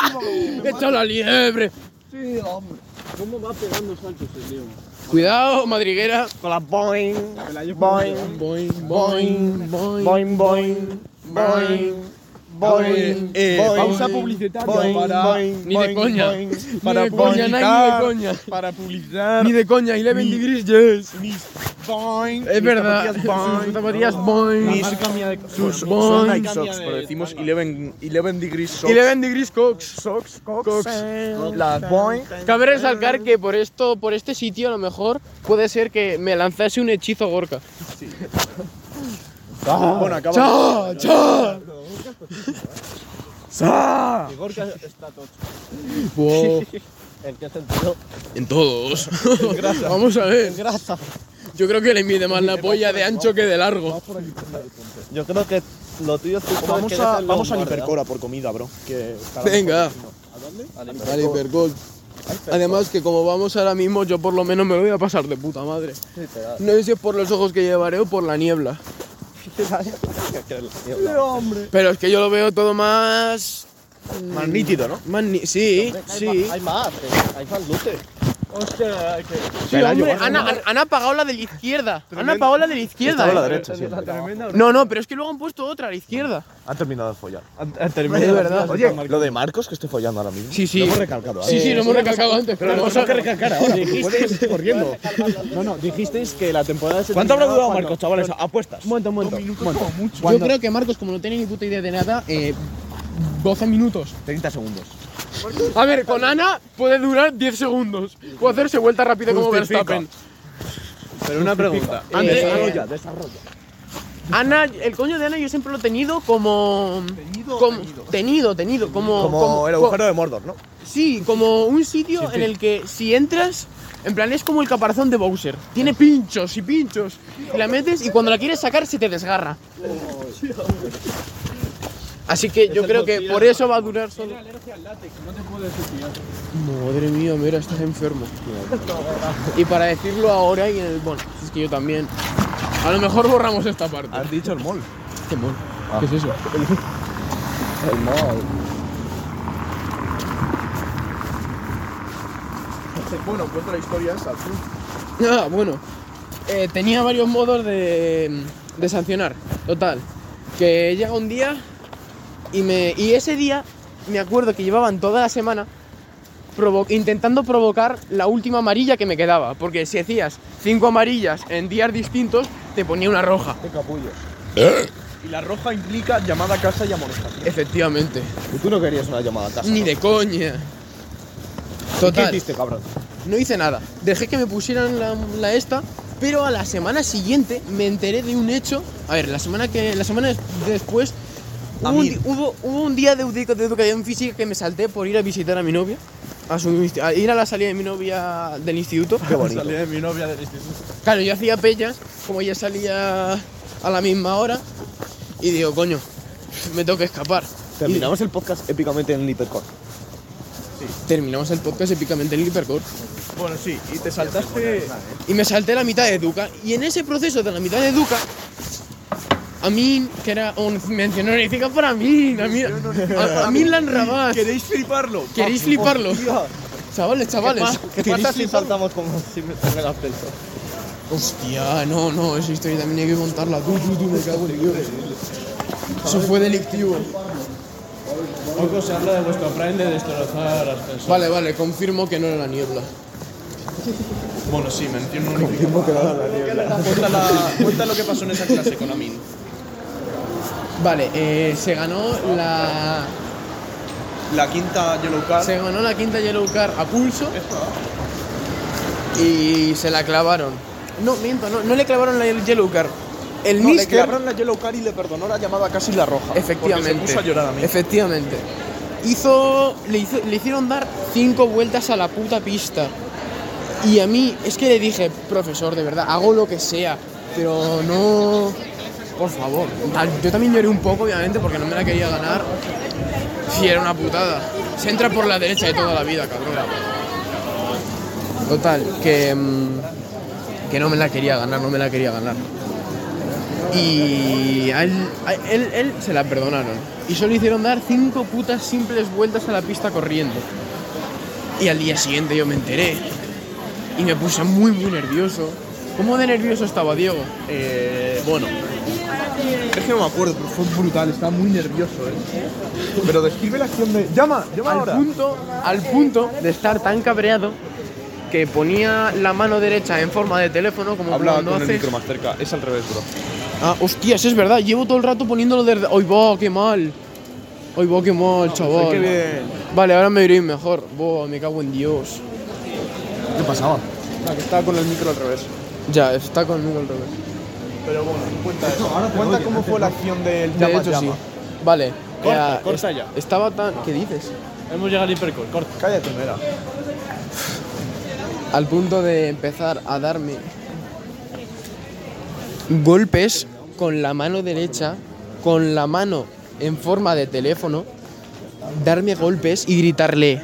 ¡Echa la liebre! Sí, hombre. ¿Cómo va pegando Sánchez el Diego? Cuidado, madriguera. Con la boing. Boing, boing, boing, boing. Boing, boing. Boing. Boing. Eh, pausa boing, publicitaria boing, para- boing, ni de boing, coña. boing, Para para ni de coña, publicitar, nai, ni de coña. para publicitar. Ni de coña, Eleven Degrees, yes. Boing. Es verdad. zapatillas boing. Sus zapatillas boing. Mis- Sus Son boing. Nike Socks, pero decimos 11, 11 degrees socks. Eleven Degrees Cox. Socks, Cox. Las boing. Cabe resaltar que por esto, por este sitio a lo mejor puede ser que me lanzase un hechizo Gorka. Bueno, acaba. ¡Cha! ¡Cha! ¡Sa! Igor que está tocho. Wow. El que hace el tiro. En todos. Vamos a ver. Grasa. Yo creo que le mide más la polla de ancho que de largo. Yo creo que lo tuyo es tu O Vamos a, vamos al Hipercora por comida, bro. Que está la Venga. Al Al hipergol. Además que como vamos ahora mismo, yo por lo menos me lo voy a pasar de puta madre. No sé si es por los ojos que llevaré o por la niebla. hombre. Pero es que yo lo veo todo más... Más nítido, ¿no? Más ni- sí, sí. Hay más, eh, hay más luces. Hostia, que. Sí, Pelayo, hombre, vas a han, ganar. han- han apagado la de la izquierda. Han apagado la de la izquierda. Estaba la eh. derecha, sí, la derecha. No, no, pero es que luego han puesto otra a la izquierda. Han terminado de follar. Han, terminado- Es verdad. Oye, lo de Marcos que estoy follando ahora mismo. Sí, sí. Lo hemos recalcado ¿eh? Sí, sí, lo hemos recalcado antes, pero Pero no no sé- que recalcar ahora. porque Dijiste- puedes ir corriendo. No, no, dijisteis que la temporada se ¿Cuánto habrá terminaba durado cuando- Marcos, chavales? Apuestas. Un momento, un momento. un momento. Yo Cuando- creo que Marcos, como no tiene ni puta idea de nada, eh, 12 minutos. 30 segundos. A ver, con Ana puede durar 10 segundos. Puede hacerse vuelta rápida como Justifica. Verstappen. Pero una pregunta. Eh, Antes- desarrolla, desarrolla. Ana, el coño de Ana yo siempre lo he tenido como. Tenido, como, tenido, tenido, como, Como, el agujero de Mordor, ¿no? Sí, como un sitio Sí, sí. en el que si entras, en plan es como el caparazón de Bowser. Tiene pinchos y pinchos. Y la metes y cuando la quieres sacar se te desgarra. Así que yo creo que por eso va a durar solo. No te puedo decir Madre mía, mira, estás enfermo. Y para decirlo ahora y en el. Bueno, es que yo también. A lo mejor borramos esta parte. Has dicho el mol. ¿Qué mol? ¿Qué es eso? El mall. Bueno, cuenta la historia esa, tú. Ah, bueno. Eh, tenía varios modos de, de sancionar. Total. Que llega un día y, me, y ese día me acuerdo que llevaban toda la semana provo- intentando provocar la última amarilla que me quedaba. Porque si hacías cinco amarillas en días distintos, te ponía una roja. Qué capullos. Y la roja implica llamada a casa y amonestación. Efectivamente. Y tú no querías una llamada a casa. Ni ¿no? de coña. Total. ¿Qué hiciste, cabrón? No hice nada. Dejé que me pusieran la, la esta, pero a la semana siguiente me enteré de un hecho. A ver, la semana que la semana des- después hubo un, di- hubo- hubo un día de, educa- de educación física que me salté por ir a visitar a mi novia, a, su insti- a ir a la salida de mi novia del instituto. Salí de mi novia del instituto. Claro, yo hacía pellas, como ella salía a la misma hora, y digo, coño, me tengo que escapar. Terminamos el podcast épicamente en el hipercore. Terminamos el podcast épicamente en el hipercore. Bueno, sí, y te saltaste. y me salté la mitad de Duca. Y en ese proceso de la mitad de Duca, a mí, que era un mención honorífica para mí, a mí, a, a mí la enrabás. ¿Queréis fliparlo? ¿Queréis Ah, fliparlo? Hostia. Chavales, chavales. ¿Qué ¿queréis pasa si fliparlo? saltamos como si me me la pelto? Hostia, no, no, esa historia también hay que contarla. Tú, tú, tú, me cago en Dios. Eso fue delictivo. Poco se habla de vuestro plan de destrozar ascensores. Vale, vale, confirmo que no era la niebla. Bueno, sí, me entiendo un único. Cuéntala- Cuenta lo que pasó en esa clase con Amin. Vale, eh, se ganó la. La quinta Yellow Card. Se ganó la quinta Yellow Card a pulso. Y se la clavaron. No, miento, no, no le clavaron la Yellow Card. El No, le Mister- clavaron la Yellow Card y le perdonó la llamada casi la roja. Efectivamente. Porque se puso a llorar a mí. Efectivamente. Hizo le, hizo- le hicieron dar cinco vueltas a la puta pista. Y a mí, es que le dije, profesor, de verdad, hago lo que sea, pero no. Por favor. Tal- Yo también lloré un poco, obviamente, porque no me la quería ganar. Si era una putada. Se entra por la derecha de toda la vida, cabrón. Total, que. mm, que no me la quería ganar, no me la quería ganar. Y a él, a él- él se la perdonaron. Y solo hicieron dar cinco putas simples vueltas a la pista corriendo. Y al día siguiente yo me enteré. Y me puse muy, muy nervioso. ¿Cómo de nervioso estaba Diego? Eh, bueno. Es que no me acuerdo, pero fue brutal, estaba muy nervioso, eh. Pero describe la acción de. ¡Llama! ¡Llama al ahora! punto, al punto de estar tan cabreado que ponía la mano derecha en forma de teléfono como Habla cuando con el haces- micro más cerca. Es al revés, bro. Ah, hostias, es verdad, llevo todo el rato poniéndolo desde. ¡Ay, va, qué mal! ¡Ay, va, qué pues, mal, chaval! qué bien. Vale, ahora me iré mejor. Buah, me cago en Dios. ¿Qué pasaba? que estaba con el micro al revés. Ya, está conmigo el revés. Pero bueno, cuenta eso. cuenta cómo fue la acción del De llama hecho, sí. llama. Vale. Corta, eh, corta es- ya. Estaba tan. ¿Qué dices? Hemos llegado al hipercore, corta. Cállate, mira. Al punto de empezar a darme golpes con la mano derecha, con la mano en forma de teléfono, darme golpes y gritarle,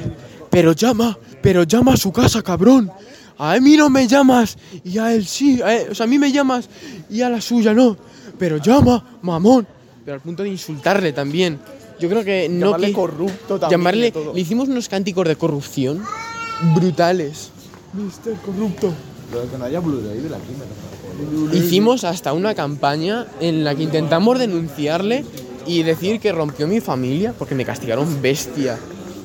pero llama, pero llama a su casa, cabrón. A mí no me llamas y a él sí, a él- o sea, a mí me llamas y a la suya no, pero llama, mamón. Pero al punto de insultarle también. Yo creo que no... Llamarle qui- corrupto también y Llamarle... todo. Le hicimos unos cánticos de corrupción brutales. Mister corrupto. Lo de que no haya Blu-ray de la quimera. por favor. Hicimos hasta una campaña en la que intentamos denunciarle y decir que rompió mi familia porque me castigaron bestia.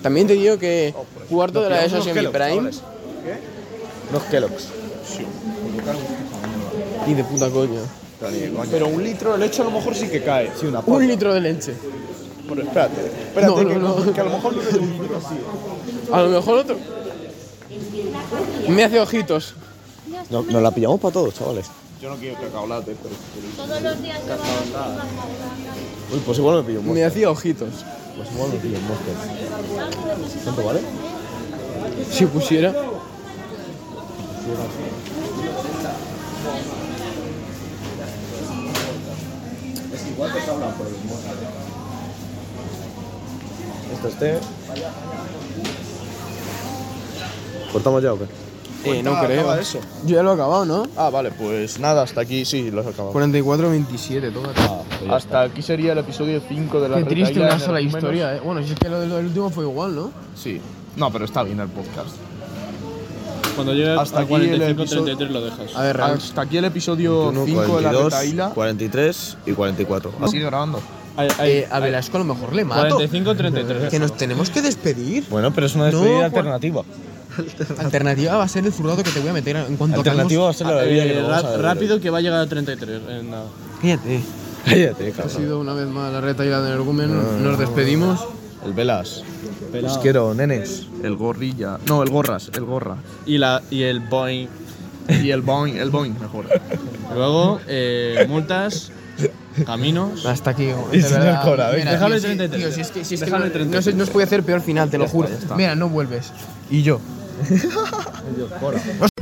También te digo que cuarto de la ESO semi-prime Unos Kellogg's. Sí. ¿eh? y de puta coño. Pero un litro de leche a lo mejor sí que cae. Sí, una Un litro de leche. Pero espérate, espérate, No, que, no, no. que a lo mejor no es un litro así. A lo mejor otro. Me hace ojitos. No, nos la pillamos para todos, chavales. Yo no quiero cacaolate, pero. Todos los días Uy, pues igual me pillo un Me Monster. hacía ojitos. Pues igual me pillo un Monster. ¿Cuánto vale? Si pusiera. Es igual que hablan por el Monster. Este Esto es té. ¿Cortamos ya o qué? Eh, no creo. eso. Yo ya lo he acabado, ¿no? Ah, vale, pues nada, hasta aquí sí, lo has acabado. 44-27, Hasta aquí sería el episodio 5 de la Ah. Qué Retaila triste en una el sola menos. historia, ¿eh? Bueno, si es que lo del del último fue igual, ¿no? Sí. No, pero está bien el podcast. Cuando llegue Hasta a aquí el 45, episodio- 33 lo dejas. Hasta aquí el episodio 5 de la 42, Retaila. 43 y 44. ¿Has ido grabando? Eh, a Velasco a lo mejor le mato. 45-33. Que nos tenemos que despedir. Bueno, pero es una No, despedida Juan- alternativa. Alternativa va a ser el zurrado que te voy a meter en cuanto Alternativa va a ser la bebida que Eh, nos vamos ra- a beber rápido que va a llegar a 33. En nada. Cállate. Cállate, Ha cabrón. sido una vez más la reta y la del argumento. No, no, Nos despedimos. El Velas. Pelao. Os quiero, nenes. El gorrilla. No, el gorras, el gorra. Y, la, y el Boeing. Y el boing, el boing, mejor. Luego, eh, multas, caminos. Hasta aquí. Y de señor verdad. Cora, ¿veis? Mira, tío, Déjalo en si- 33. tío, si es que, si es que Déjalo no, en 33. no se- no os puede hacer peor final, te lo Ya juro. está, ya está. Mira, no vuelves. Y yo.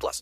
plus.